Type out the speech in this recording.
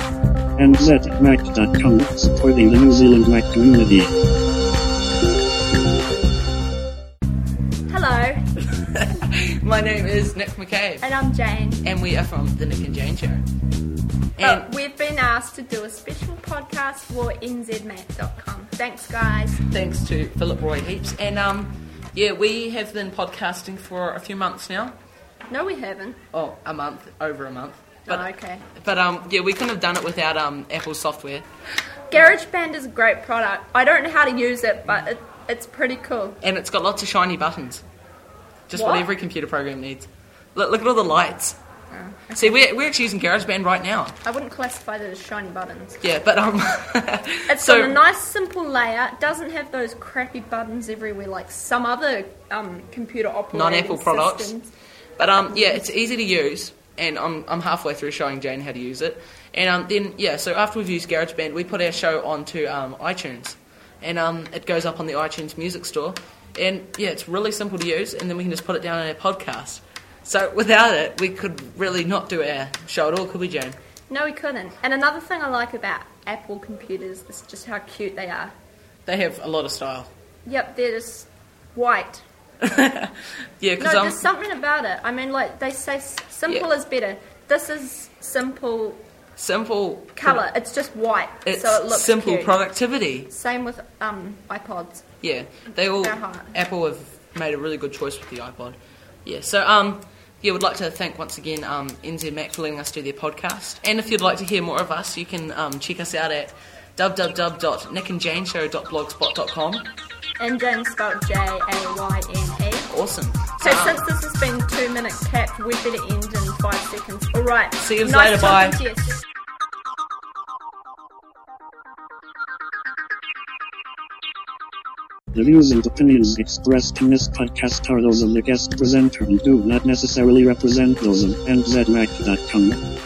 and set at Mac.com, supporting the New Zealand Mac community. Hello, My name is Nick McCabe, and I'm Jane. and we are from The Nick and Jane Show. And But we've been asked to do a special podcast for nzmac.com. Thanks, guys. thanks to Philip Roy Heaps. And um, yeah, we have been podcasting for a few months now. No, we haven't. Oh, a month, over a month. But, oh, okay. but um, yeah, we couldn't have done it without um, Apple software. GarageBand is a great product. I don't know how to use it, but it, it's pretty cool. And it's got lots of shiny buttons. Just what, Oh, What? every computer program needs. Look, look at all the lights. See, we're, we're actually using GarageBand right now. I wouldn't classify that as shiny buttons. Yeah, but um, It's so got a nice, simple layout. Doesn't have those crappy buttons everywhere like some other um, computer operating Non-Apple products. systems. But um, yeah, it's easy to use, and I'm, I'm halfway through showing Jane how to use it. And um, then yeah, so after we've used GarageBand, we put our show onto um, iTunes, and um, it goes up on the iTunes Music Store. And yeah, it's really simple to use, and then we can just put it down in our podcast. So without it, we could really not do our show at all, could we, Jane? No, we couldn't. And another thing I like about Apple computers is just how cute they are. They have a lot of style. Yep, they're just white. Yeah, No, because um, there's something about it. I mean, like they say, s- simple Yeah. is better. This is simple simple color. It's just white, It's so it looks simple cute. productivity. Same with um, iPods. Yeah, they all They're hot. Apple have made a really good choice with the iPod. Yeah, so um, yeah, we'd like to thank once again um, NZ Mac for letting us do their podcast. And if you'd like to hear more of us, you can um, check us out at www.nickandjaneshow.blogspot.com. And Jane spelled J A Y N E. Awesome. So um, since this has been two minutes capped, we better end in five seconds. All right. See yous nice later, talking bye. to you. The views and opinions expressed in this podcast are those of the guest presenter and do not necessarily represent those of NZMac.com.